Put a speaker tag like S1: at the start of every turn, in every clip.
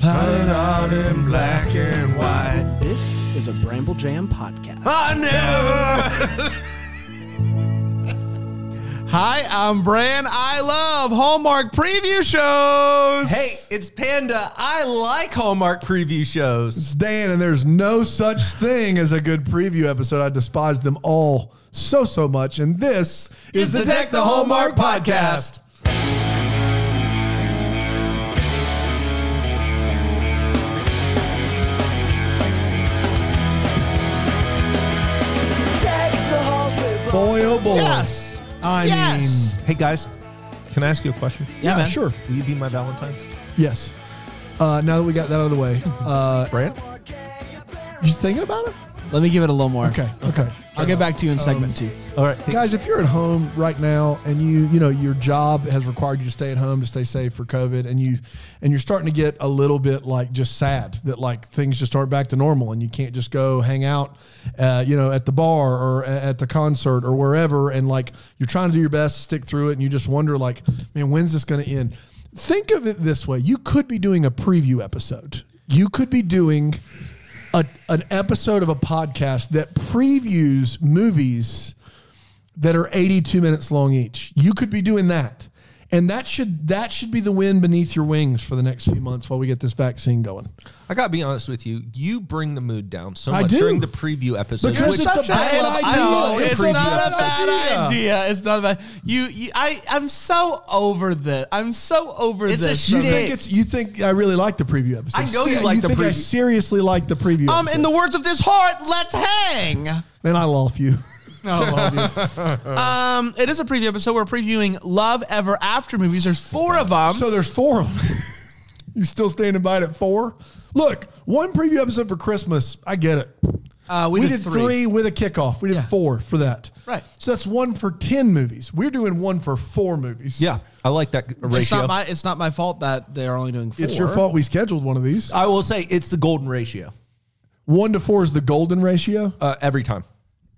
S1: Hunted out in black and white.
S2: This is a Bramble Jam podcast.
S1: I never. Hi, I'm Bran. I love Hallmark preview shows.
S3: Hey, it's Panda. I like Hallmark preview shows.
S1: it's Dan, and there's no such thing as a good preview episode. I despise them all so, so much. And this is the Deck the Hallmark podcast. Boy, oh boy.
S4: Yes.
S1: I
S4: Yes.
S3: Hey guys, can I ask you a question?
S1: Yeah, man. sure.
S3: Will you be my Valentine's?
S1: mean, yes. Uh, now that we got that out of the way, uh,
S3: Brant?
S1: you thinking about it?
S2: Let me give it a little more.
S1: Okay, Oh, okay.
S2: I'll get back to you in segment two.
S3: All right. Hey,
S1: guys if you're at home right now and you you know your job has required you to stay at home to stay safe for covid and you and you're starting to get a little bit like just sad that like things just aren't back to normal and you can't just go hang out uh, you know at the bar or a- at the concert or wherever and like you're trying to do your best to stick through it and you just wonder like man when's this going to end think of it this way you could be doing a preview episode you could be doing a, an episode of a podcast that previews movies that are 82 minutes long each. You could be doing that. And that should that should be the wind beneath your wings for the next few months while we get this vaccine going.
S3: I gotta be honest with you. You bring the mood down so
S1: I
S3: much
S1: do.
S3: during the preview episode.
S1: Because
S3: which
S1: it's a
S3: I
S1: bad
S3: love- I
S1: idea.
S3: love the
S4: it's
S3: preview
S4: not a
S3: episode.
S4: bad idea. It's not a bad. You, you I, I'm so over this. I'm so over
S3: It's a
S4: this.
S1: You
S3: shitty-
S1: think it's you think I really like the preview episode.
S3: I know you like the
S1: think I
S3: preview.
S1: seriously like the preview.
S4: um, in the
S1: episodes.
S4: words of this heart, let's hang.
S1: and I love you.
S4: Um, it is a preview episode. We're previewing Love Ever After movies. There's four of them.
S1: So there's four of them. you still standing by it at four? Look, one preview episode for Christmas. I get it.
S4: uh, we,
S1: We, did, three. with a kickoff. We did
S4: Yeah.
S1: four for that.
S4: Right.
S1: So that's one for ten movies. We're doing one for four movies.
S3: Yeah, I like that ratio.
S4: It's not my. It's not my fault that they're only doing four.
S1: It's your fault we scheduled one of these.
S3: I will say it's the golden ratio
S1: One to four is the golden ratio
S3: uh, every time.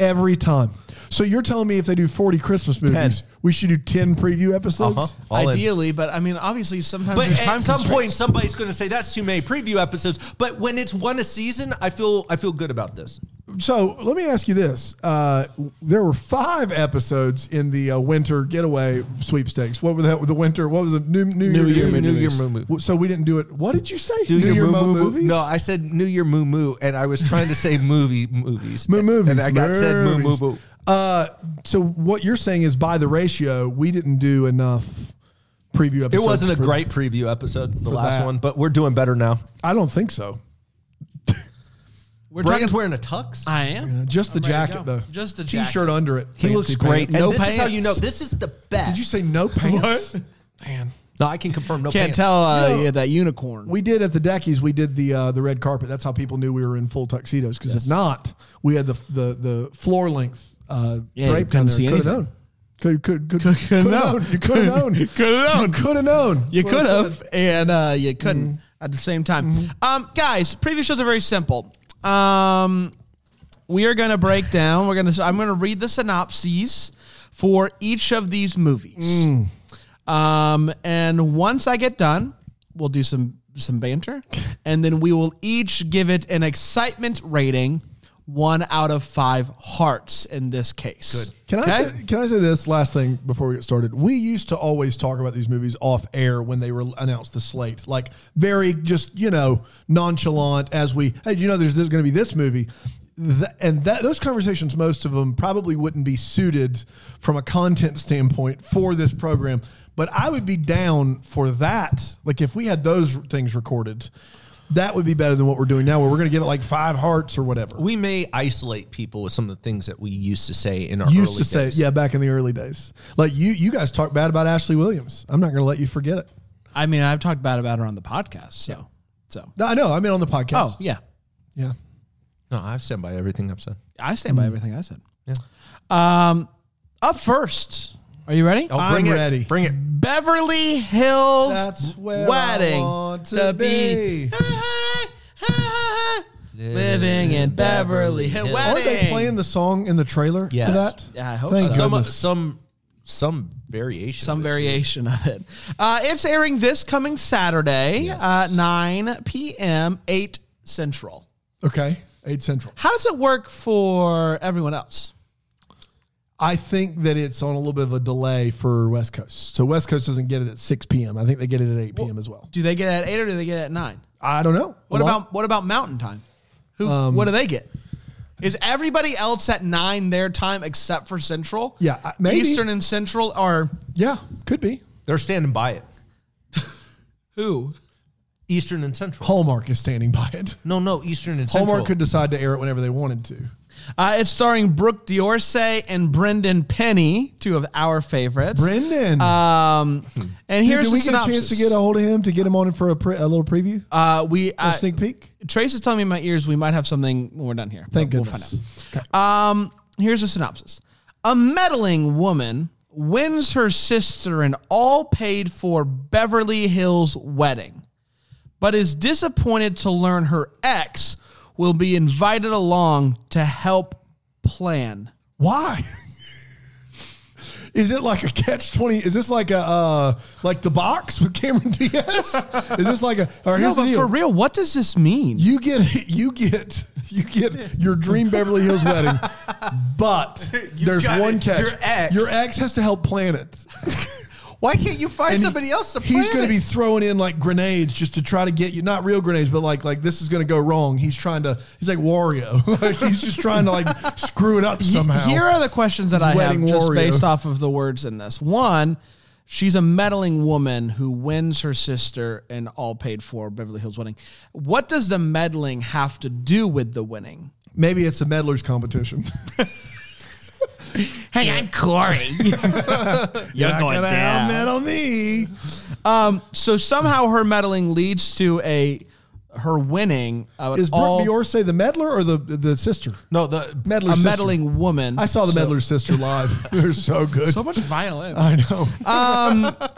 S1: every time. So you're telling me if they do 40 Christmas movies, we should do 10 preview episodes?
S3: Uh-huh. All in.
S4: Ideally, but I mean, obviously, sometimes
S3: But
S4: there's
S3: at
S4: time
S3: some
S4: constraints.
S3: point, somebody's going to say that's too many preview episodes. But when it's one a season, I feel I feel good about this.
S1: So let me ask you this: uh, There were five episodes in the uh, winter getaway sweepstakes. What were the, the winter? What was the new New,
S2: New Year
S1: Year
S2: New
S3: Year
S1: movies?
S3: Moo Moo.
S1: Well, So we didn't do it. What did you say?
S3: Do your
S1: Year
S3: moo
S1: Mo
S3: moo No, I said New Year moo moo, and I was trying to say movie movies.
S1: Moo movies.
S3: And I got said moo moo
S1: movies.
S3: moo.
S1: Uh, so what you're saying is by the ratio, we didn't do enough preview episodes.
S3: It wasn't a
S1: for-
S3: great preview episode, the last
S1: that.
S3: one, but we're doing better now.
S1: I don't think so.
S4: we're
S3: Brian's
S4: taking-
S3: wearing a tux.
S4: I am.
S1: Just the
S4: I'm ready to
S1: jacket,
S4: go.
S1: though.
S4: Just the
S1: t-shirt
S4: jacket.
S1: under it.
S3: he
S1: Fancy
S3: looks great.
S1: pants.
S3: And
S4: No
S3: this is how
S4: pants.
S3: you know. This is the best.
S1: Did you say no pants?
S3: No, I can confirm no
S4: Can't
S3: pants.
S4: tell uh,
S1: You know-
S4: yeah, that unicorn.
S1: We did at the Deckies. We did the uh, the red carpet. That's how people knew we were in full tuxedos. Because if not, we had the the the floor length uh,
S4: Yeah, you
S1: drape down
S4: couldn't
S1: there.
S4: see
S1: Could have
S4: anything.
S1: known. Could could could could
S4: known.
S1: known. You could have known.
S4: Could've known.
S1: Could have known.
S4: You
S1: That's what I
S4: could
S1: said. Mm-hmm.
S4: have, and uh, you couldn't at the same time. Um, guys, previous shows are very simple. Um, we are going to break down. We're going to. I'm going to read the synopses for each of these movies.
S1: Mm.
S4: Um, and once I get done, we'll do some some banter, and then we will each give it an excitement rating, one out of five hearts in this case.
S1: Can I
S4: Okay?
S1: say, can I say this last thing before we get started? We used to always talk about these movies off air when they were announced the slate, like very just you know nonchalant as we hey do you know there's, there's going to be this movie, Th- and that those conversations most of them probably wouldn't be suited from a content standpoint for this program. But I would be down for that. Like if we had those things recorded, that would be better than what we're doing now, where we're going to give it like five hearts or whatever.
S3: We may isolate people with some of the things that we used to say in our
S1: used
S3: early
S1: to say,
S3: days.
S1: yeah, back in the early days. Like you, you guys talk bad about Ashley Williams. I'm not going to let you forget it.
S4: I mean, I've talked bad about her on the podcast, so so.
S1: No, I know. I mean, on the podcast.
S4: Oh yeah.
S1: yeah.
S3: No, I stand by everything I've said.
S4: I stand by everything I said. Yeah. Um, up first, are you ready?
S3: Oh,
S1: I'm
S3: bring
S1: ready.
S3: It, bring it.
S4: Beverly Hills
S1: That's where
S4: wedding
S1: I want to be.
S4: living in Beverly Hills.
S1: Aren't
S4: Wedding.
S1: they playing the song in the trailer
S3: Yes.
S1: for that?
S4: Yeah, I hope
S1: Thank
S4: so.
S3: Some
S1: goodness.
S3: some some variation.
S4: some
S3: of this.
S4: variation of it. Uh, it's airing this coming Saturday, uh, 9 p.m., 8 Central.
S1: Okay, eight central.
S4: How does it work for everyone else?
S1: I think that it's on a little bit of a delay for West Coast. So West Coast doesn't get it at 6 p.m. I think they get it at 8 p.m. as well.
S4: Do they get it at 8 or do they get it at 9?
S1: I don't know.
S4: What
S1: A lot-
S4: about what about Mountain Time? Who
S1: Um,
S4: what do they get? Is everybody else at 9 their time except for Central?
S1: Yeah, I- maybe.
S4: Eastern and Central are
S1: Yeah, could be.
S3: They're standing by it.
S4: who?
S3: Eastern and Central.
S1: Hallmark is standing by it.
S3: No, no, Eastern and Central.
S1: Hallmark could decide to air it whenever they wanted to.
S4: Uh, it's starring Brooke Diorce and Brendan Penny, two of our favorites.
S1: Brendan,
S4: Um, and
S1: dude,
S4: here's
S1: did we
S4: the
S1: get a chance
S4: synopsis.
S1: to get a hold of him to get him on for a, pre- a little preview, a
S4: Uh, we uh,
S1: sneak peek?
S4: Trace is telling me in my ears we might have something when we're done here.
S1: Thank
S4: We'll-
S1: goodness.
S4: We'll find out. Um, here's a synopsis: A meddling woman wins her sister an all-paid-for Beverly Hills wedding, but is disappointed to learn her ex will be invited along to help plan.
S1: Why? Is it like a catch twenty? Is this like a uh, like the box with Cameron Diaz? Is this like a? Or
S4: No,
S1: here's the
S4: but
S1: deal.
S4: for real, what does this mean?
S1: You get you get you get your dream Beverly Hills wedding, but there's
S3: got
S1: one
S3: it.
S1: catch.
S3: Your ex.
S1: Your ex has to help plan it.
S3: Why can't you find
S1: And he-
S3: somebody else to plan
S1: He's going
S3: it?
S1: to be throwing in like grenades just to try to get you, not real grenades, but like like this is going to go wrong. He's trying to. He's like Wario. like he's just trying to like screw it up somehow.
S4: Here are the questions that I have
S1: Wedding
S4: just
S1: warrior.
S4: based off of the words in this. One, she's a meddling woman who wins her sister an all paid for Beverly Hills wedding. What does the meddling have to do with the winning?
S1: Maybe it's a meddlers competition.
S4: Hey, I'm Corey.
S1: You're not going to meddle me.
S4: um, so somehow her meddling leads to a her winning of
S1: Is Brooke
S4: all,
S1: Diorce the meddler or the the sister?
S3: no, the
S1: Meddler.
S4: a
S1: sister.
S4: meddling woman.
S1: I saw the
S4: So-
S1: meddler sister live. They're so good.
S2: much violin.
S1: I know.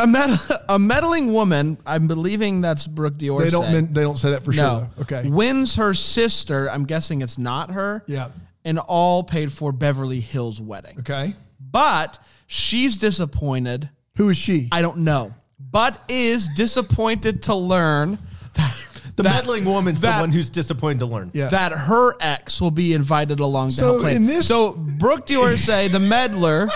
S4: a, med- a meddling woman. I'm believing that's Brooke Dior.
S1: they don't. Men, they don't say that for
S4: No.
S1: sure. Okay.
S4: Wins her sister, I'm guessing it's not her.
S1: Yeah.
S4: An all paid for Beverly Hills wedding.
S1: Okay.
S4: But she's disappointed.
S1: Who is she?
S4: I don't know. But is disappointed to learn that,
S3: the
S4: that-
S3: meddling woman's
S4: that-
S3: the one who's disappointed to learn.
S1: Yeah.
S4: that her ex will be invited along to
S1: So
S4: help plan.
S1: in this-
S4: so Brooke Diorce, the meddler,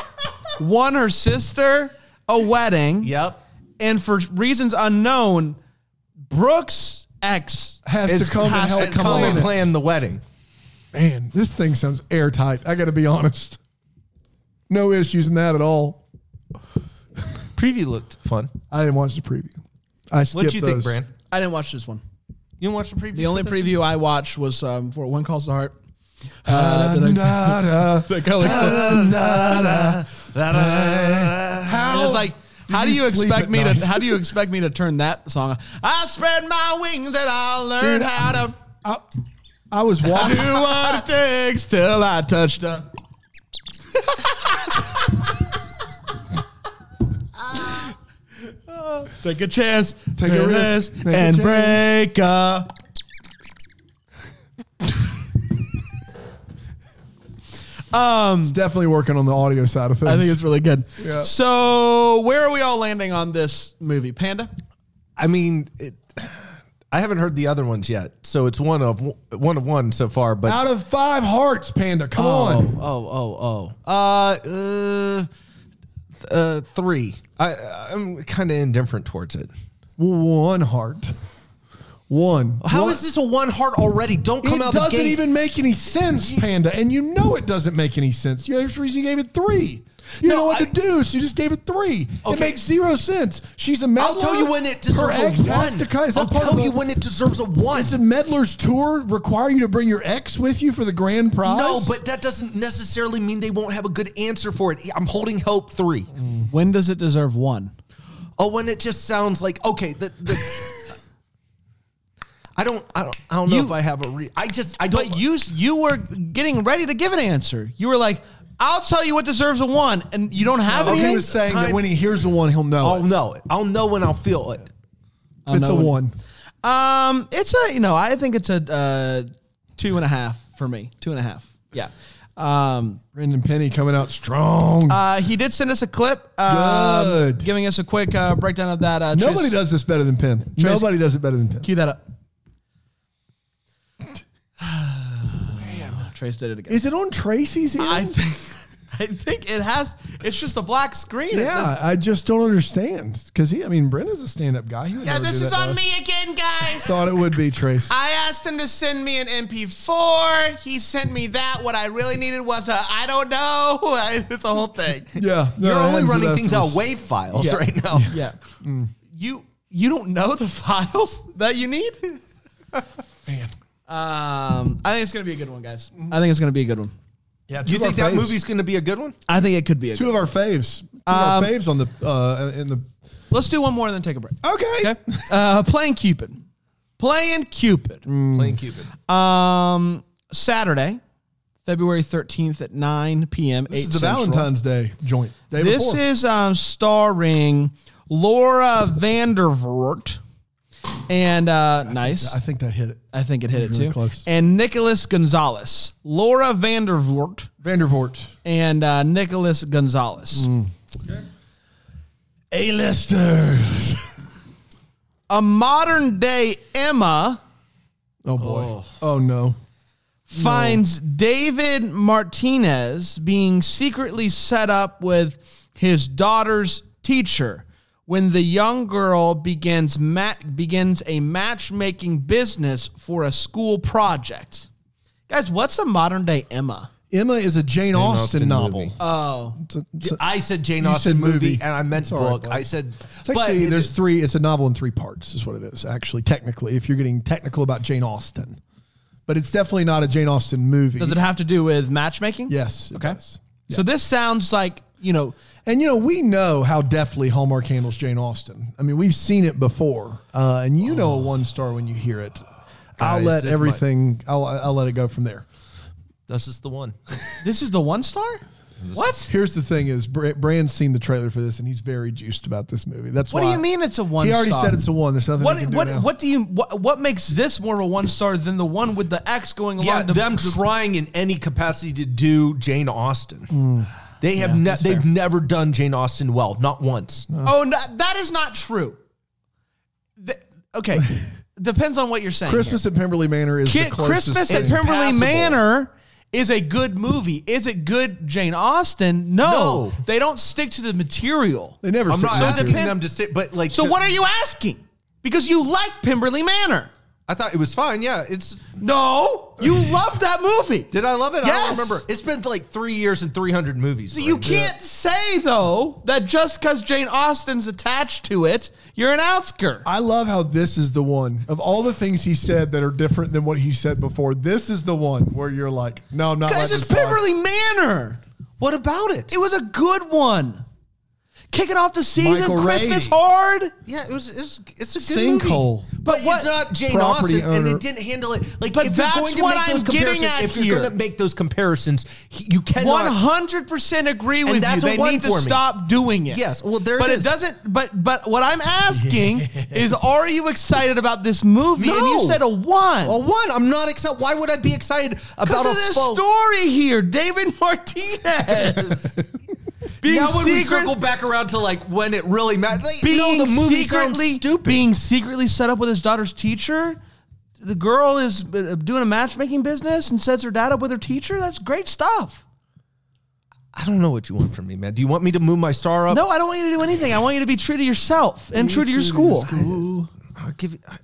S4: won her sister a wedding.
S3: Yep.
S4: And for reasons unknown, Brooke's ex
S1: has to come and
S4: has
S1: help
S4: to
S1: come
S4: come
S3: Come
S1: on
S3: and
S1: it.
S3: plan the wedding.
S1: Man, this thing sounds airtight. I got to be honest. No issues in that at all.
S3: Preview looked fun.
S1: I didn't watch the preview. I skipped
S3: What do you think,
S1: those.
S3: Bran?
S4: I didn't watch this one.
S3: You didn't watch the preview?
S4: The only preview I watched was um, for One Calls the Heart. Uh,
S1: Da, da, da, da, da, da, da.
S4: And
S1: How
S4: it's like, how do
S1: you
S4: you
S1: sleep
S4: expect
S1: at
S4: me
S1: night?
S4: to? How do you expect me to turn that song? on? I spread my wings and I learned
S1: Dude,
S4: how to
S1: I, I was
S4: do
S1: watching.
S4: what it takes till I touch the. Take a chance, take a risk,
S1: Make a
S4: and
S1: change.
S4: break a. um,
S1: It's definitely working on the audio side of things.
S4: I think it's really good.
S1: Yeah.
S4: So, where are we all landing on this movie, Panda?
S3: I mean, it, I haven't heard the other ones yet, so it's one of one of one so far. But
S1: out of five hearts, Panda. Come on.
S3: oh, oh, oh, uh, uh, uh three. I, I'm kind of indifferent towards it.
S1: One heart. One.
S3: How
S1: One-
S3: is this a one heart already? Don't come
S1: it
S3: out
S1: doesn't
S3: the gate.
S1: even make any sense, Panda. And you know it doesn't make any sense. You- There's a reason you gave it three. You know what
S3: I-
S1: to do, so you just gave it three. It
S3: Okay.
S1: makes zero sense. She's a meddler.
S3: I'll tell you when it
S1: Her
S3: deserves a
S1: ex has to cut.
S3: one.
S1: Is that
S3: I'll
S1: part of
S3: tell
S1: the-
S3: you when it deserves a one.
S1: Does a meddler's tour require you to bring your ex with you for the grand prize?
S3: No, but that doesn't necessarily mean they won't have a good answer for it. I'm holding hope three.
S1: Mm.
S4: When does it deserve one?
S3: Oh, when it just sounds like okay. The, the I don't, I don't, I don't know
S4: You-
S3: if I have a re. I just, I don't.
S4: But you you were getting ready to give an answer. You were like, "I'll tell you what deserves a one," and you don't have
S1: Okay,
S4: any.
S1: Oh, he was saying that
S3: Time- Oh,
S1: when he hears the one, he'll know.
S3: I'll
S1: it.
S3: know it. I'll know when I'll feel it.
S1: It's a
S4: know it.
S1: one.
S4: Um, it's a you know I think it's a uh, two and a half for me. Two and a half. Yeah. Um,
S1: Brendan Penny coming out strong.
S4: uh, he did send us a clip, um,
S1: Good.
S4: giving us a quick uh, breakdown of that. Uh,
S1: Nobody
S4: Tris-
S1: does this better than Penn.
S4: Trace-
S1: Nobody does it better than Penn.
S4: Cue that up. Trace did it again.
S1: Is it on Tracy's end?
S4: I think, I think it has. It's just a black screen. It
S1: yeah, I just don't understand because he. I mean, Brendan's a stand-up guy. He would
S4: Yeah,
S1: never
S4: this
S1: do
S4: is
S1: that to
S4: on
S1: us.
S4: me again, guys.
S1: Thought it would be Trace.
S4: I asked him to send me an MP4. He sent me that. What I really needed was a I don't know. It's a whole thing.
S1: yeah, no,
S5: You're
S1: it
S5: only
S1: happens to
S5: running
S1: us
S5: things
S1: to
S5: out
S1: us.
S5: wave files
S1: Yeah.
S5: right now.
S4: Yeah. You you don't know the files that you need? Um, I think it's gonna be a good one, guys. Mm-hmm. I think it's gonna be a good one.
S1: Yeah, two
S3: You
S1: of our
S3: think that
S1: faves.
S3: movie's going to be a good one?
S4: I think it could be a
S1: Two of our faves. Two of our faves on the uh, in the.
S4: Let's do one more and then take a break.
S1: Okay.
S4: Okay. Uh, playing Cupid. Playing Cupid.
S3: Playing Cupid.
S4: Um, Saturday, February 13th at 9 p.m.
S1: This
S4: 8
S1: is the
S4: Central.
S1: Valentine's Day joint. Day
S4: This
S1: before.
S4: is um, starring Laura Vandervoort and uh, nice.
S1: I think that hit it.
S4: I think it hit it
S1: really
S4: too.
S1: close.
S4: And Nicholas Gonzalez, Laura Vandervoort,
S1: Vandervoort.
S4: and uh, Nicholas Gonzalez.
S1: A-listers.
S4: A modern day Emma
S1: Oh boy. Oh, no.
S4: finds David Martinez being secretly set up with his daughter's teacher when the young girl begins ma- begins a matchmaking business for a school project. Guys, what's a modern day Emma?
S1: Emma is a Jane, Austen,
S3: Austen
S1: novel.
S3: movie.
S4: Oh,
S1: It's a- it's a-
S5: I said Jane
S1: You
S5: Austen
S1: said
S5: movie,
S1: movie.
S5: and I meant
S1: all right,
S5: book.
S1: bud.
S5: I said,
S1: it's actually,
S5: but
S1: there's three. It's a novel in three parts. Is what it is. Actually, technically, if you're getting technical about Jane Austen, but it's definitely not a Jane Austen movie.
S4: does it have to do with matchmaking?
S1: Yes. it
S4: Okay.
S1: does.
S4: So this sounds like, you know,
S1: And you know, we know how deftly Hallmark handles Jane Austen. I mean, we've seen it before, uh, and you
S4: Oh.
S1: know a one star when you hear it. I'll
S3: Guys,
S1: let
S3: this might-
S1: everything. I'll, I'll let it go from there.
S3: That's just the one.
S4: this is the one star? What?
S1: Here's the thing: is Br- Brand's seen the trailer for this, and he's very juiced about this movie. That's
S4: What do
S1: why
S4: you mean it's a one
S1: He already
S4: star?
S1: said it's a one. There's nothing.
S4: What
S1: we can do
S4: what
S1: now.
S4: what do you what, what makes this more of a one star than the one with the X going along?
S5: Yeah,
S4: the,
S3: them trying in any capacity to do Jane Austen. They have ne- they've never done Jane Austen well, not once.
S4: oh, no, that is not true. The- okay, depends on what you're saying.
S1: Christmas at Pemberley Manor is
S4: here.
S1: the
S4: Ki-
S1: closest.
S4: Christmas
S1: thing.
S4: at Pemberley
S3: passable.
S4: Manor is a good movie. Is it good, Jane Austen? No,
S3: No.
S4: they don't stick to the material.
S1: They never.
S3: I'm
S1: stick
S3: not
S1: to
S3: asking
S1: it.
S4: depend-
S3: them to stay, but like,
S4: So what are you asking? Because you like Pemberley Manor.
S3: I thought it was fine. Yeah, it's.
S4: No, you love that movie.
S3: Did I love it? I
S4: Yes.
S3: don't remember. It's been like three years and 300 movies.
S4: You
S3: Brandon.
S4: can't say though that just because Jane Austen's attached to it, you're an outskirt.
S1: I love how this is the one of all the things he said that are different than what he said before. This is the one where you're like, no, I'm not.
S4: Guys,
S1: letting this
S4: it's
S1: slide.
S4: Pemberley Manor.
S3: What about it?
S4: It was a good one. Kicking off the season,
S1: Michael
S4: Christmas
S1: Rady.
S4: hard.
S3: Yeah, it was. It was it's a good
S1: Sinkhole.
S3: movie.
S4: But
S3: But,
S4: what-
S3: it's not Jane
S1: Property
S3: Austen, and
S1: owner-
S3: they didn't handle it. Like,
S4: But
S3: if
S4: that's
S3: you're going to
S4: what
S3: make
S4: I'm
S3: those
S4: getting
S3: comparisons-
S4: at
S3: if you're
S4: here.
S3: going to make those comparisons, he- you cannot.
S4: One hundred percent agree with
S3: that's
S4: you.
S3: a
S4: They
S3: one
S4: need to
S3: for me.
S4: stop doing it.
S3: Yes, well, there it
S4: but it
S3: is.
S4: doesn't. But but what I'm asking is, are you excited about this movie? And you
S3: No.
S4: said a one.
S3: Well, one, I'm not excited. Why would I be excited about
S4: Because
S3: a
S4: of this
S3: faux-
S4: story here, David Martinez. being
S5: now when we
S4: secret-
S5: circle back around to like when it really mattered, like,
S4: being
S5: no, the movie sounds
S4: secretly
S5: stupid.
S4: being secretly set up with his daughter's teacher. The girl is uh, doing a matchmaking business and sets her dad up with her teacher. That's great stuff.
S3: I don't know what you want from me, man. Do you want me to move my star up?
S4: No, I don't want you to do anything. I want you to be true to yourself and true to your school.
S3: I'll give you. I-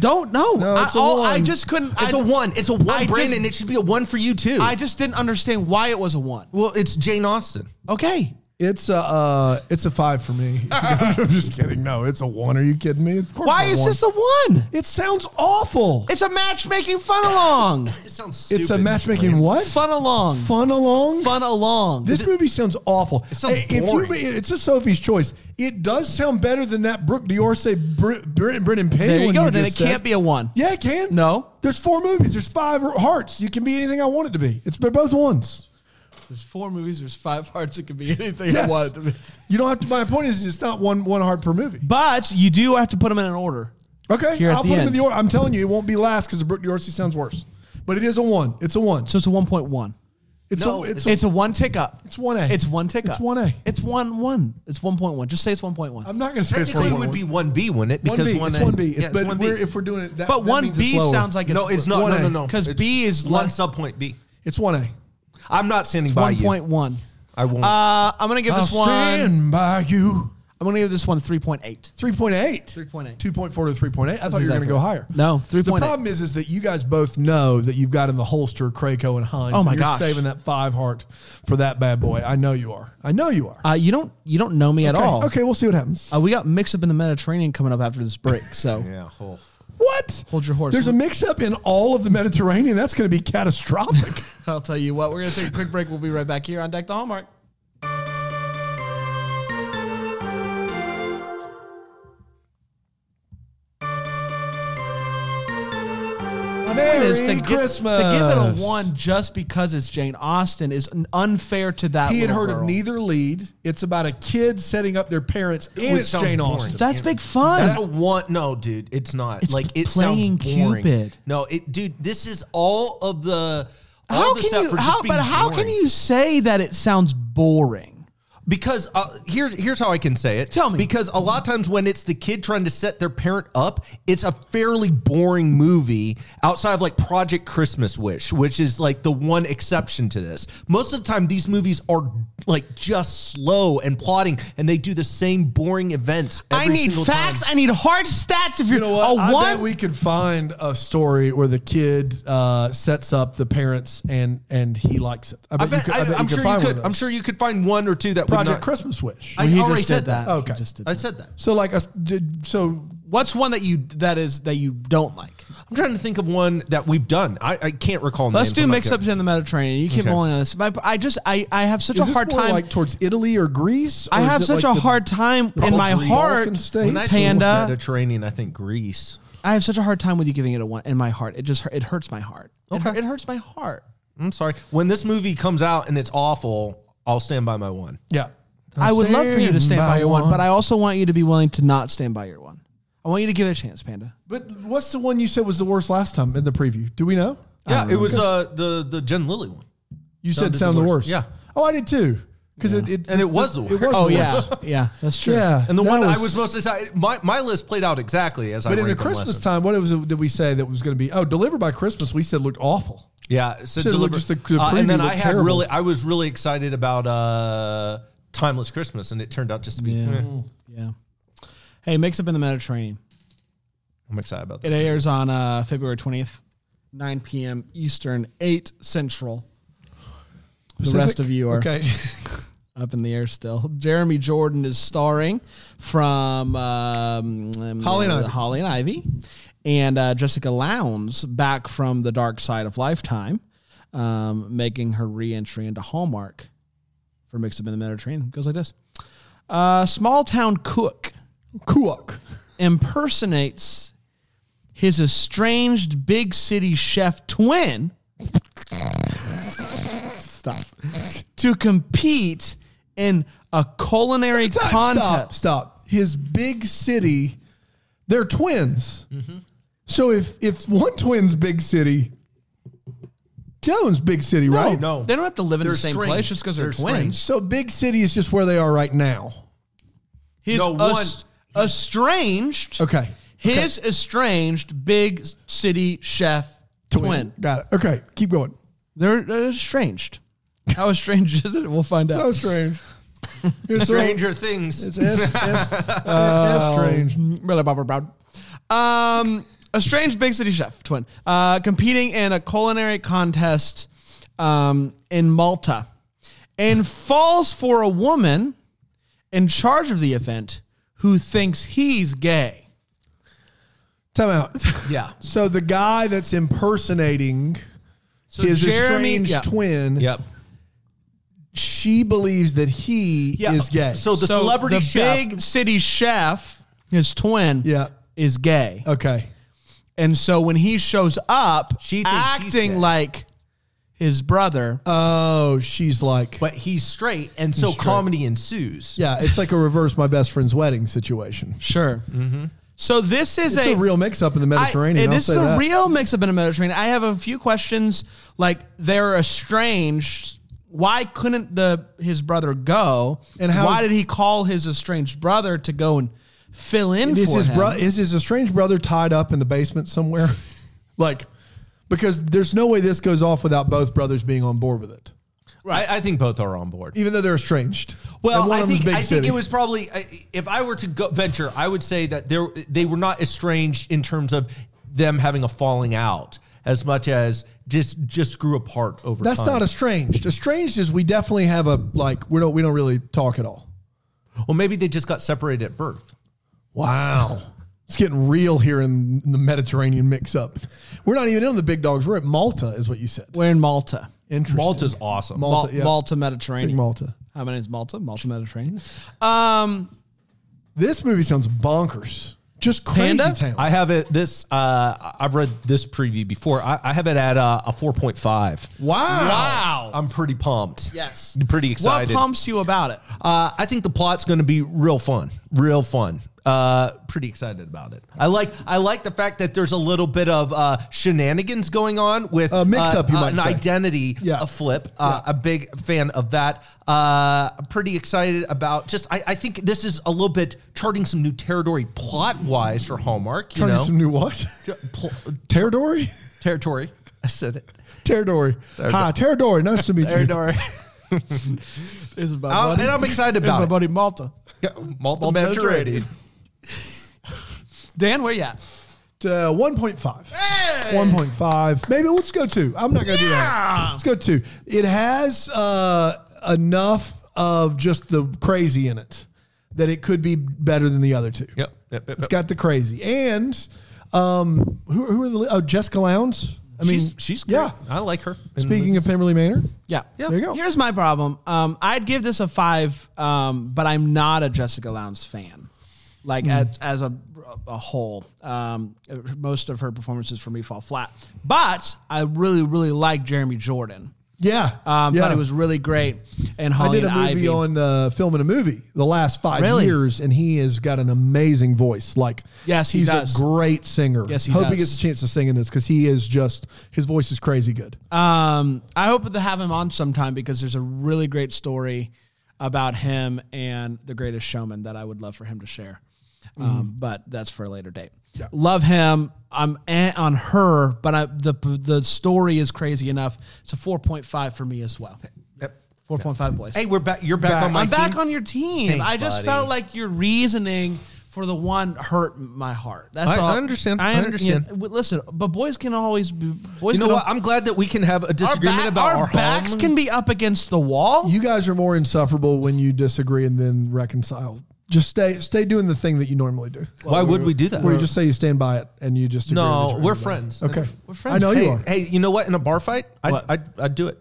S4: Don't know.
S3: Oh,
S1: No,
S4: I,
S1: it's a
S4: all- I
S1: one.
S4: just couldn't.
S3: It's
S4: I,
S3: a one. It's a one,
S4: I just-
S3: Brandon. it should be a one for you too.
S4: I just didn't understand why it was a one.
S3: well, it's Jane Austen.
S4: Okay.
S1: It's a uh, it's a five for me. I'm just kidding. No, it's a one. Are you kidding me? Of course
S4: Why
S1: it's a
S4: is
S1: one.
S4: this a one?
S1: It sounds awful.
S4: It's a matchmaking fun along.
S3: It sounds stupid.
S1: It's a matchmaking what?
S4: fun along.
S1: Fun along.
S4: Fun along.
S1: This movie sounds awful. It
S3: sounds
S1: if you,
S3: boring.
S1: it's a Sophie's choice. It does sound better than that Brooke Diorce, Br- Br- Brennan Payne.
S4: There you
S1: one
S4: go. Then it
S1: just
S4: can't
S1: said.
S4: be a one.
S1: Yeah, it can.
S4: No.
S1: There's four movies. There's five hearts. You can be anything I want it to be. It's they're both ones.
S4: There's four movies. There's five hearts. It could be anything
S1: Yes. You don't have to. My point is, it's not one one heart per movie.
S4: But you do have to put them in an order.
S1: Okay,
S4: Here at
S1: I'll
S4: the
S1: put him in
S4: end.
S1: the order. I'm telling you, it won't be last because the Brooke Dorsey sounds worse. But it is a one. It's a one.
S4: So it's a 1.1.
S1: it's It's
S3: No,
S1: a, it's,
S4: It's a one tick up.
S1: It's 1A.
S4: It's one tick
S1: It's
S4: up.
S1: 1A.
S4: It's one one. It's one point one. Just say it's one point one.
S1: I'm not going to say it's
S3: Technically, it would
S1: 1.1.
S3: be one B, wouldn't it?
S1: one B.
S3: one
S1: It's
S3: A-
S1: one B.
S3: Yeah, it's
S1: but
S3: one B.
S1: we're, if we're doing it, that,
S4: but
S1: that
S4: one
S1: means it's
S4: B
S1: lower.
S4: sounds like it's
S3: no, it's not.
S1: one
S3: No,
S1: A.
S3: no, no.
S4: because
S3: It's
S4: B is
S3: one
S4: less-
S3: sub point B.
S1: it's one A.
S3: I'm not standing by
S4: one
S3: you.
S4: point one.
S3: I won't.
S4: Uh, I'm gonna give
S1: I'll
S4: this one.
S1: stand by you.
S4: I'm gonna give this one three point eight.
S1: 3.8.
S4: 3.8.
S1: 2.4 to 3.8. I thought you were going to
S4: exactly
S1: go
S4: right.
S1: higher.
S4: No,
S1: The
S4: 3.8.
S1: problem is, is that you guys both know that you've got in the holster Craco and Hines.
S4: Oh
S1: and
S4: my
S1: you're
S4: gosh.
S1: saving that five heart for that bad boy. I know you are. I know you are.
S4: Uh, you don't you don't know me at
S1: okay.
S4: all.
S1: Okay, we'll see what happens.
S4: Uh, we got mixed up in the Mediterranean coming up after this break. So
S3: yeah. Oh.
S1: What?
S4: Hold your horse.
S1: There's a mix up in all of the Mediterranean. That's going to be catastrophic.
S4: I'll tell you what. We're gonna take a quick break. We'll be right back here on Deck the Hallmark.
S1: Merry
S4: is to give,
S1: Christmas.
S4: to give it a one just because it's Jane Austen is n- unfair to that.
S1: He had
S4: little
S1: heard of
S4: girl.
S1: neither lead. It's about a kid setting up their parents, and
S3: Which
S1: it's
S3: sounds
S1: Jane
S3: boring.
S1: Austen.
S4: That's big fun.
S3: That's a one. No, dude, it's not.
S4: It's
S3: like it
S4: playing
S3: sounds boring.
S4: Cupid.
S3: No, it, dude. This is all of the. All
S4: how
S3: the
S4: can
S3: stuff
S4: you?
S3: for just
S4: How,
S3: being
S4: but how
S3: boring.
S4: can you say that it sounds boring?
S3: Because uh, here, here's how I can say it.
S4: Tell me.
S3: Because a lot of times when it's the kid trying to set their parent up, it's a fairly boring movie outside of like Project Christmas Wish, which is like the one exception to this. Most of the time, these movies are like just slow and plotting, and they do the same boring events. Every single Time.
S4: I need hard stats. If
S1: You know what? I bet we could find a story where the kid uh, sets up the parents and and he likes it.
S3: I bet,
S1: you could,
S3: I
S1: I bet you
S3: am
S1: could
S3: sure you
S1: find one
S3: could.
S1: of
S3: I'm
S1: those.
S3: sure you could find one or two that would
S1: Project
S3: not-
S1: Christmas Wish.
S3: I
S4: he
S3: already
S4: just did
S3: said that.
S4: that.
S1: Okay.
S4: He just did
S3: I
S4: that.
S3: said that.
S1: so like a did, so
S4: What's one that you that is that you don't like?
S3: I'm trying to think of one that we've done. I, I can't recall.
S4: Let's
S3: names.
S4: do
S3: I'm not
S4: mix
S3: good.
S4: ups in the Mediterranean. You keep
S3: Okay.
S4: rolling on this. But I just I I have such
S1: is
S4: a
S1: this
S4: hard
S1: more
S4: time.
S1: like towards Italy or Greece?
S4: I
S1: Or is
S4: have
S1: it
S4: such
S1: like
S4: a
S1: the-
S4: hard time in
S1: Probably
S4: my heart,
S1: Balkan states. When I
S3: actually went
S4: Panda.
S3: Mediterranean, I think Greece.
S4: I have such a hard time with you giving it a one in my heart. It just hurt- it hurts my heart. It, hurt-
S3: Okay.
S4: it hurts my heart.
S3: I'm sorry. When this movie comes out and it's awful, I'll stand by my one.
S1: Yeah,
S4: I would love for you to stand by your one,
S1: one.
S4: but I also want you to be willing to not stand by your one. I want you to give it a chance, Panda.
S1: But what's the one you said was the worst last time in the preview? Do we know?
S3: Yeah, it was uh, the the Jen Lilly one.
S1: You said
S3: Sounded the
S1: sound the worst.
S3: worst. Yeah.
S1: Oh, I did too. Because it, it
S3: And it was the
S1: It
S3: worst.
S1: was
S4: Oh
S1: the
S4: yeah,
S1: worst.
S4: yeah, that's true.
S1: yeah.
S3: And the
S1: that
S3: one I was most excited. My, my list played out exactly as I.
S1: But in the
S3: ranked them
S1: Christmas
S3: last
S1: time, what was it, did we say that was going to be? Oh, delivered by Christmas. We said looked awful.
S3: Yeah,
S1: So
S3: so,
S1: it looked
S3: deliberate-
S1: just the- the
S3: uh,
S1: preview
S3: and then
S1: looked
S3: I had
S1: terrible.
S3: really, I was really excited about uh, Timeless Christmas, and it turned out just to be. eh.
S4: yeah. Hey, mix up in the Mediterranean.
S3: I'm excited about
S4: It
S3: that.
S4: airs on uh, February 20th, 9 p.m. Eastern, 8 Central. The rest of you are
S1: okay.
S4: up in the air still. Jeremy Jordan is starring from um, um,
S1: Holly and
S4: uh,
S1: Ivy.
S4: Holly and Ivy, and uh, Jessica Lowndes back from the dark side of Lifetime, um, making her re-entry into Hallmark for Mixed Up in the Mediterranean. Goes like this: uh, Small town cook
S1: Kuok.
S4: impersonates his estranged big city chef twin. Stop. To compete in a culinary
S1: Stop.
S4: contest.
S1: Stop. His big city. They're twins.
S4: Mm-hmm.
S1: So if if one twin's big city, the other one's big city, right?
S3: no.
S4: They don't have to live in
S3: They're
S4: the same
S3: strange.
S4: place just because they're,
S3: They're
S4: twins.
S1: So big city is just where they are right now.
S4: His
S3: No, one-
S4: es- estranged.
S1: Okay.
S4: His estranged big city chef twin.
S1: Got it. Okay. Keep going.
S4: They're uh, estranged. How estranged is it? We'll find out.
S1: So strange. You're so-
S3: Stranger Things.
S1: It's, it's, it's-
S4: Oh.
S1: it's strange.
S4: Really bobber brown. Um, a strange big city chef twin uh, competing in a culinary contest um, in Malta and falls for a woman in charge of the event who thinks he's gay.
S1: Time out.
S3: Yeah.
S1: So the guy that's impersonating his estranged
S4: yeah.
S1: twin,
S3: Yep.
S1: she believes that he is gay.
S3: So the
S4: So
S3: celebrity
S4: the
S3: chef.
S4: big city chef, his twin,
S1: Yeah.
S4: is gay.
S1: okay,
S4: And so when he shows up,
S3: She thinks he's
S4: acting
S3: gay.
S4: like his brother,
S1: oh, she's like,
S3: but he's straight, and so
S1: straight.
S3: comedy ensues.
S1: yeah, it's like a reverse my best friend's wedding situation.
S4: sure.
S3: Mm-hmm.
S4: So this is
S1: It's a real mix-up in the Mediterranean.
S4: I,
S1: I'll
S4: this
S1: say
S4: is a
S1: that.
S4: real mix up in the Mediterranean. I have a few questions. Like they're estranged why couldn't the his brother go?
S1: And how-
S4: why did he call his estranged brother to go and fill in
S1: Is
S4: for
S1: his
S4: him?
S1: bro- is his estranged brother tied up in the basement somewhere? like, because there's no way this goes off without both brothers being on board with it,
S3: Right. I, I think both are on board.
S1: even though they're estranged. And
S3: Well,
S1: one
S3: I
S1: of them's
S3: think,
S1: big
S3: I think
S1: city.
S3: it was probably I- if I were to go venture, I would say that there they were not estranged in terms of them having a falling out as much as just just grew apart over
S1: That's
S3: time.
S1: not estranged. Estranged is we definitely have a like we don't we don't really talk at all.
S3: well, maybe they just got separated at birth.
S1: Wow. It's getting real here in the Mediterranean mix up. We're not even in on the big dogs. We're at Malta, is what you said.
S4: We're in Malta.
S1: Interesting.
S3: Malta's awesome.
S1: Malta.
S4: Malta,
S1: yeah.
S4: Malta
S1: Big
S4: Mediterranean.
S1: Malta.
S4: How many is Malta? Malta Mediterranean. Um,
S1: This movie sounds bonkers. Just crazy
S4: Panda?
S1: town.
S3: I have it. This uh, I've read this preview before. I, I have it at uh, a four point five.
S4: Wow.
S3: I'm pretty pumped.
S4: Yes.
S3: pretty
S4: what
S3: excited.
S4: pumps you about it?
S3: Uh, I think the plot's going to be real fun, real fun. Uh, pretty excited about it. I like I like the fact that there's a little bit of uh, shenanigans going on with
S1: A mix-up,
S3: uh,
S1: you
S3: uh,
S1: might
S3: an
S1: say.
S3: identity
S1: Yeah.
S3: a flip. Uh, A big fan of that. Uh, I'm pretty excited about just. I, I think this is a little bit charting some new territory plot wise for Hallmark. You
S1: Turning
S3: know,
S1: some new what?
S3: Pl-
S1: Territory?
S3: territory. I said it.
S1: Territory. Hi, Territory. Nice to meet you.
S3: Territory.
S4: This is my
S3: I'll- Oh,
S1: Oh,
S3: and I'm excited
S4: This is
S3: about
S4: my
S3: it.
S4: buddy Malta.
S3: Multiple
S1: uh, Mediterranean.
S4: Dan, where you at?
S1: Uh, 1.5. 1.5. Maybe let's go two. I'm not going to do that. Let's go two. It has uh, enough of just the crazy in it that it could be better than the other two.
S3: Yep. Yep. yep,
S1: It's
S3: yep.
S1: got the crazy. And um, who, who are the, oh, Jessica Lowndes. I mean,
S3: she's, she's great.
S1: yeah.
S3: I like her. in
S1: Speaking of Pemberley Manor,
S4: Yeah.
S1: There you go.
S4: Here's my problem. Um, I'd give this a five, um, but I'm not a Jessica Lowndes fan.
S1: Hmm.
S4: Like as, as a, a whole, um, most of her performances for me fall flat. But I really, really like Jeremy Jordan.
S1: yeah,
S4: Um,
S1: yeah.
S4: Thought it was really great. And
S1: I
S4: Holly
S1: did a
S4: and
S1: movie
S4: Ivy.
S1: on uh, filming a movie the last five
S4: Really?
S1: years, and he has got an amazing voice. Like,
S4: Yes, he
S1: he's
S4: does.
S1: a great singer.
S4: Yes, he
S1: Hope
S4: does.
S1: he gets a chance to sing in this because he is just his voice is crazy good.
S4: Um, I hope to have him on sometime because there's a really great story about him and the greatest showman that I would love for him to share.
S3: Mm-hmm.
S4: Um, but that's for a later date. Love him. I'm eh on her, but I, the the story is crazy enough. It's a 4.5 for me as well.
S3: Yep.
S4: 4.5 boys.
S3: Hey, we're back. You're back, on my
S4: I'm
S3: team.
S4: back on your team.
S3: Thanks,
S4: I just
S3: buddy.
S4: felt like your reasoning for the one hurt my heart. That's
S3: I-
S4: all.
S3: I understand. I
S4: under-
S3: understand.
S4: yeah, w- listen, but boys can always be boys.
S3: You know
S4: can
S3: what? I'm glad that we can have a
S4: our,
S3: disagreement
S4: back-
S3: about
S4: our,
S3: our,
S4: backs
S3: home.
S4: can be up against the wall.
S1: You guys are more insufferable when you disagree and then reconcile. Just stay stay doing the thing that you normally do.
S3: Why would we do that?
S4: uh,
S1: Where you just say you stand by it and you just agree that you're
S3: no, we're
S1: right about
S3: friends.
S1: it. Okay,
S4: We're friends.
S1: I know
S3: Hey,
S1: you are.
S3: hey, you know what? In a bar fight, I'd,
S4: What?
S3: I'd, I'd do it.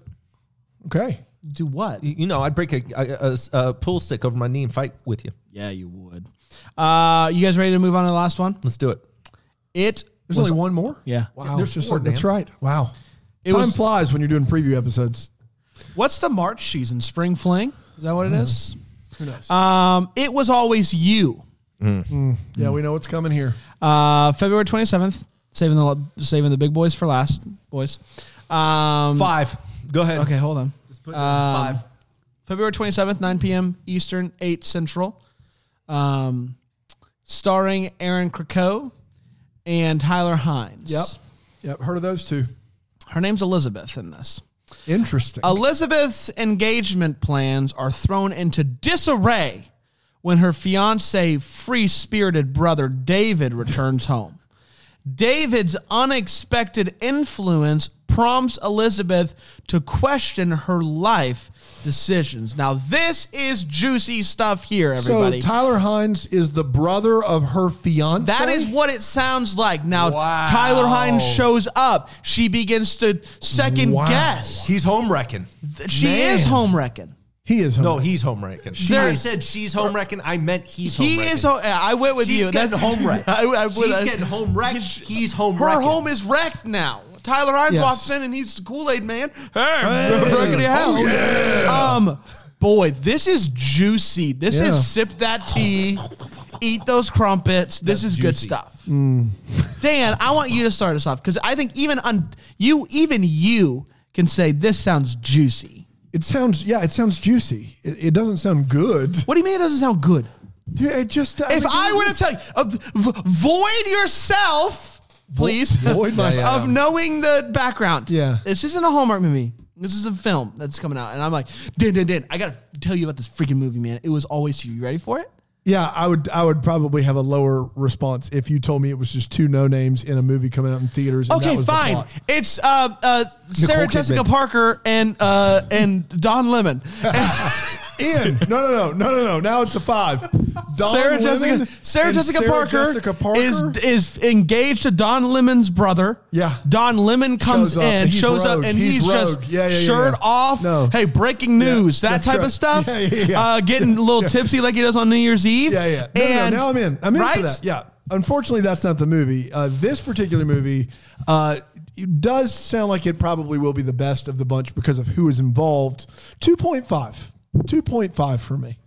S1: Okay,
S4: Do what?
S3: You you know, I'd break a, a, a, a pool stick over my knee and fight with you.
S4: Yeah, you would. Uh, you guys ready to move on to the last one?
S3: Let's do it.
S4: It
S1: there's
S4: was
S1: only one more.
S4: Yeah.
S1: wow.
S3: There's
S1: just
S3: four,
S1: like- that's
S3: Dan.
S1: right. Wow.
S4: It
S1: Time
S4: was-
S1: flies when you're doing preview episodes.
S4: what's the March season? Spring fling? Is that what it is?
S3: Mm-hmm.
S4: Um, it was always you.
S1: Yeah,
S4: Mm.
S1: we know what's coming here.
S4: Uh, February twenty seventh. Saving the saving the big boys for last, boys. Um,
S3: Five. Go ahead.
S4: Okay, Um, hold on.
S3: Put it at five.
S4: February 27th, 9 p.m. Eastern, 8 Central. Um, starring Aaron Krakow and Tyler Hines.
S1: Yep, yep. Heard of those two?
S4: Her name's Elizabeth in this.
S1: Interesting.
S4: Elizabeth's engagement plans are thrown into disarray when her fiance, free spirited brother David, returns home. David's unexpected influence prompts Elizabeth to question her life decisions. Now, this is juicy stuff here, everybody.
S1: So Tyler Hines is the brother of her fiance.
S4: That is what it sounds like. Now,
S3: Wow.
S4: Tyler Hines shows up. She begins to second
S1: Wow.
S4: guess.
S3: He's home wrecking.
S4: She
S1: Man.
S4: is home wrecking.
S1: he is.
S3: No, he's home wrecking. She
S4: There-
S3: I said she's home wrecking. I meant he's home
S4: He
S3: wrecking.
S4: is. Home, I went with
S3: She's
S4: you.
S3: getting home wrecked.
S4: I, I,
S3: She's
S4: I-
S3: getting home wrecked. He's home
S4: Her
S3: wrecking.
S4: home is wrecked now. Tyler Hines
S1: Yes.
S4: walks in and he's the Kool Aid Man. Hey, wrecking hell.
S3: Oh,
S4: Um, boy, this is juicy. This
S1: Yeah.
S4: is sip that tea, eat those crumpets. This is good
S3: juicy. Mm.
S4: stuff. Dan, I want you to start us off because I think even un- you, even you, can say this sounds juicy.
S1: It sounds yeah, it sounds juicy. It, it doesn't sound good.
S4: What do you mean it doesn't sound good?
S1: Dude, it just
S4: If I were to tell you, uh, v- void yourself, please,
S1: void myself.
S4: of knowing the background.
S1: Yeah.
S4: This isn't a Hallmark movie. This is a film that's coming out. And I'm like, din, din, din. I got to tell you about this freaking movie, man. It was always you. You ready for it?
S1: Yeah, I would I would probably have a lower response if you told me it was just two no names in a movie coming out in theaters. and that
S4: Okay,
S1: was the
S4: fine.
S1: plot.
S4: It's uh, uh, Sarah
S1: Kidman.
S4: Jessica Parker and uh, and Don Lemon.
S1: In no no no no no no. Now it's a five. Don
S4: Sarah
S1: Lemon
S4: Jessica Sarah
S1: and
S4: Jessica Parker,
S1: Jessica Parker
S4: is is engaged to Don Lemon's brother.
S1: Yeah.
S4: Don Lemon comes
S1: up,
S4: in,
S1: and he's
S4: shows up,
S1: rogue.
S4: and
S1: He's
S4: he's, just
S1: rogue. Yeah, yeah, yeah,
S4: shirt
S1: yeah.
S4: off.
S1: No.
S4: Hey, breaking news, that
S1: that's
S4: type
S1: right.
S4: of stuff.
S1: Yeah, yeah, yeah.
S4: Uh, getting a little tipsy like he does on New Year's Eve.
S1: Yeah, yeah. No, no, no,
S4: And-
S1: now I'm in. I'm in
S4: right?
S1: for that. Yeah. Unfortunately, that's not the movie. Uh, this particular movie uh, it does sound like it probably will be the best of the bunch because of who is involved. 2.5. 2.5 for me.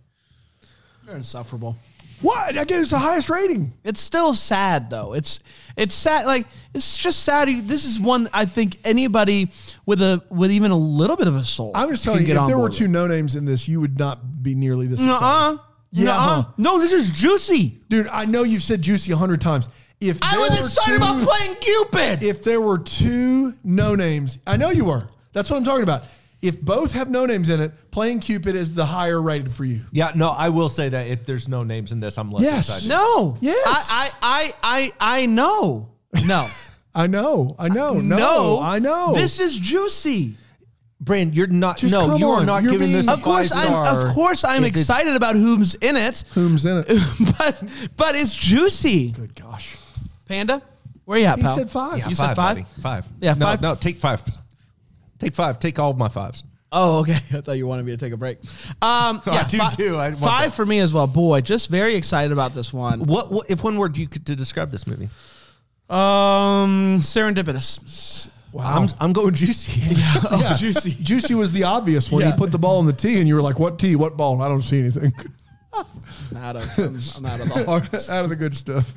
S4: They're insufferable.
S1: What? I guess it's the highest rating.
S4: It's still sad though. It's it's sad. Like it's just sad. You- This is one I think anybody with a with even a little bit of a soul.
S1: I'm just
S4: can
S1: telling you,
S4: get
S1: if
S4: on
S1: there were
S4: board with.
S1: two no names in this, you would not be nearly this excited.
S4: Nuh-uh.
S1: Yeah,
S4: Nuh-uh.
S1: huh.
S4: No, this is juicy.
S1: Dude, I know you've said juicy a hundred times. If
S4: I
S1: there
S4: was
S1: were
S4: excited
S1: two-
S4: about playing Cupid.
S1: if there were two no names, I know you were. That's what I'm talking about. If both have no names in it, playing Cupid is the higher rated for you.
S3: Yeah, no, I will say that if there's no names in this, I'm less
S1: Yes.
S3: excited.
S4: no.
S1: Yes.
S4: I I I I, I know. No.
S1: I know, I know, no, I know.
S4: Uh, This is juicy.
S3: Brand, you're not.
S1: Just
S3: no,
S1: come
S3: you are
S1: on.
S3: not
S1: You're
S3: giving this.
S1: being-
S3: A
S4: Of course
S3: five
S4: I'm
S3: star
S4: of course I'm
S3: if it's-
S4: excited about who's in it.
S1: Whom's in it?
S4: but but it's juicy.
S1: Good gosh,
S4: Panda, where you at,
S1: he
S4: pal?
S1: said five.
S3: Yeah,
S4: You said five?
S3: buddy. Five.
S4: Yeah,
S3: no,
S4: five.
S3: No, take five. Take five. Take all of my fives.
S4: Oh, okay. I thought you wanted me to take a break. Um,
S3: Oh, I
S4: yeah,
S3: do
S4: fi-
S3: too. I want
S4: five
S3: that.
S4: for me as well. Boy, just very excited about this one.
S3: What, what if one word you could to describe this movie?
S4: Um, serendipitous.
S1: Wow,
S3: I'm I'm going juicy. Yeah.
S1: Yeah. juicy. Juicy was the obvious one. You put the ball in the tee, and you were like, "What tee? What ball? I don't see anything."
S4: I'm out of I'm, I'm out of the hardest.
S1: Out of the good stuff.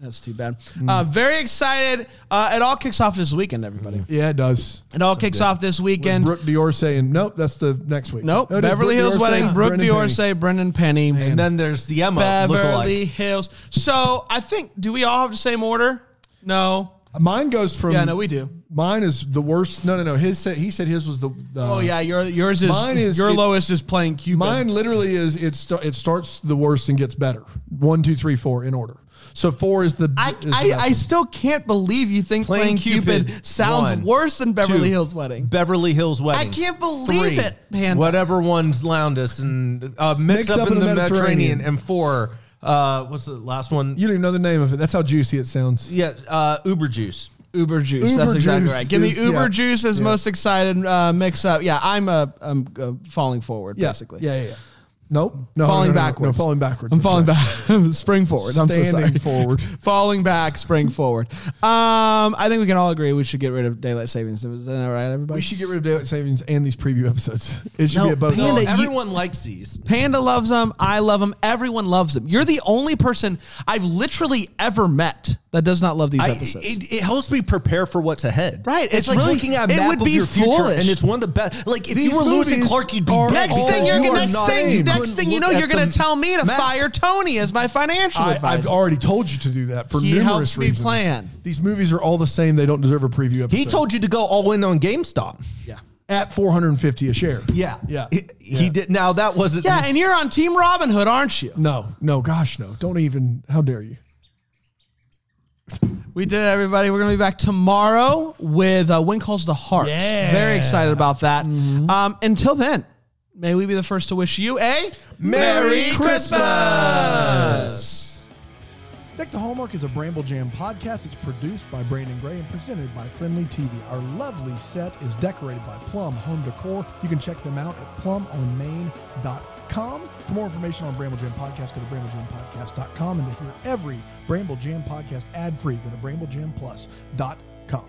S4: That's too bad.
S1: Mm.
S4: Uh, very excited. Uh, it all kicks off this weekend, everybody.
S1: Yeah, it does.
S4: It all kicks off this weekend.
S1: Brooke Dior saying, "Nope, that's the next week."
S4: nope.
S1: No, it is
S4: Beverly
S1: Brooke
S4: Hills
S1: Dior
S4: Wedding.
S1: saying
S4: Brooke
S1: Brendan Penny.
S4: Diorce, Brendan Penny.
S3: And then there's the Emma
S4: Beverly
S3: lookalike.
S4: Hills. So I think do we all have the same order? No.
S1: Mine goes from.
S4: Yeah, no, we do.
S1: Mine is the worst. No, no, no. His said, he said his was the. Uh,
S4: Oh yeah, your yours is,
S1: Mine is-
S4: your
S1: it-
S4: lowest is playing Cupid.
S1: Mine literally is it. St- it starts the worst and gets better. One, two, three, four in order. So four is the.
S4: I,
S1: is the
S4: I,
S1: best
S4: I
S1: one.
S4: still can't believe you think playing,
S3: Playing
S4: Cupid,
S3: Cupid,
S4: sounds
S3: one,
S4: worse than Beverly
S3: two.
S4: Hills Wedding.
S3: Beverly Hills wedding.
S4: I can't believe it, Panda.
S3: Whatever one's loudest and uh, mixed
S1: Mix
S3: up, in, the Mediterranean.
S1: Mediterranean.
S3: and four. Uh, what's the last one?
S1: You don't even know the name of it. That's how juicy it sounds.
S3: yeah, uh, Uber juice.
S4: Uber juice.
S1: Uber
S4: that's exactly
S1: juice
S4: right. Give me
S1: is-
S4: Uber
S1: yeah.
S4: juice as
S1: Yeah.
S4: most excited uh, mix up. Yeah, I'm uh, I'm uh, falling forward
S1: Yeah.
S4: basically.
S1: Yeah, yeah, yeah. Nope. No,
S4: falling
S1: no, no, no,
S4: backwards.
S1: No, falling backwards.
S4: I'm
S1: That's
S4: falling
S1: right.
S4: back. spring forward. I'm so
S1: Standing
S4: sorry.
S1: forward.
S4: falling back. Spring forward. Um, I think we can all agree we should get rid of daylight savings. Is that all right, everybody?
S1: We should get rid of daylight savings and these preview episodes. It should
S4: No,
S1: be a both.
S4: Panda,
S3: No,
S4: you-
S3: everyone likes these.
S4: Panda loves them. I love them. Everyone loves them. You're the only person I've literally ever met that does not love these
S3: I,
S4: episodes.
S3: it, it helps me prepare for what's ahead.
S4: Right,
S3: It's,
S4: it's
S3: like
S4: really-
S3: looking at a
S4: it
S3: map
S4: would
S3: of
S4: be
S3: your future,
S4: foolish.
S3: and it's one of the best. Like if
S1: These
S3: you were Lewis and
S1: movies
S3: Clark, you'd be
S1: are
S3: dead.
S4: next thing
S1: all
S4: you're
S1: you
S4: gonna
S1: are
S4: next
S1: not
S4: thing
S1: saying.
S4: next thing you know you're gonna tell me to fire Tony as my financial
S1: I, I've
S4: advisor.
S1: already told you to do that for
S4: He
S1: numerous
S4: helps me
S1: reasons.
S4: plan.
S1: These movies are all the same. They don't deserve a preview episode.
S3: He told you to go all in on GameStop.
S4: yeah.
S1: at 450 a share. Yeah.
S3: He, he
S1: Yeah.
S3: did. Now that wasn't.
S4: Yeah, and you're on Team Robin Hood, aren't you?
S1: No, no, gosh, no. Don't even. How dare you?
S4: We did it, everybody. We're gonna be back tomorrow with uh, Wind Calls the Heart.
S3: Yeah.
S4: Very excited about that. Um, until then, may we be the first to wish you a
S3: Merry Christmas.
S1: Deck the Hallmark is a Bramble Jam podcast. It's produced by Brandon Gray and presented by Friendly TV. Our lovely set is decorated by Plum Home Decor. You can check them out at plumonmain.com. For more information on Bramble Jam Podcast, go to bramblejampodcast.com. And to hear every Bramble Jam podcast ad free, go to bramblejamplus.com.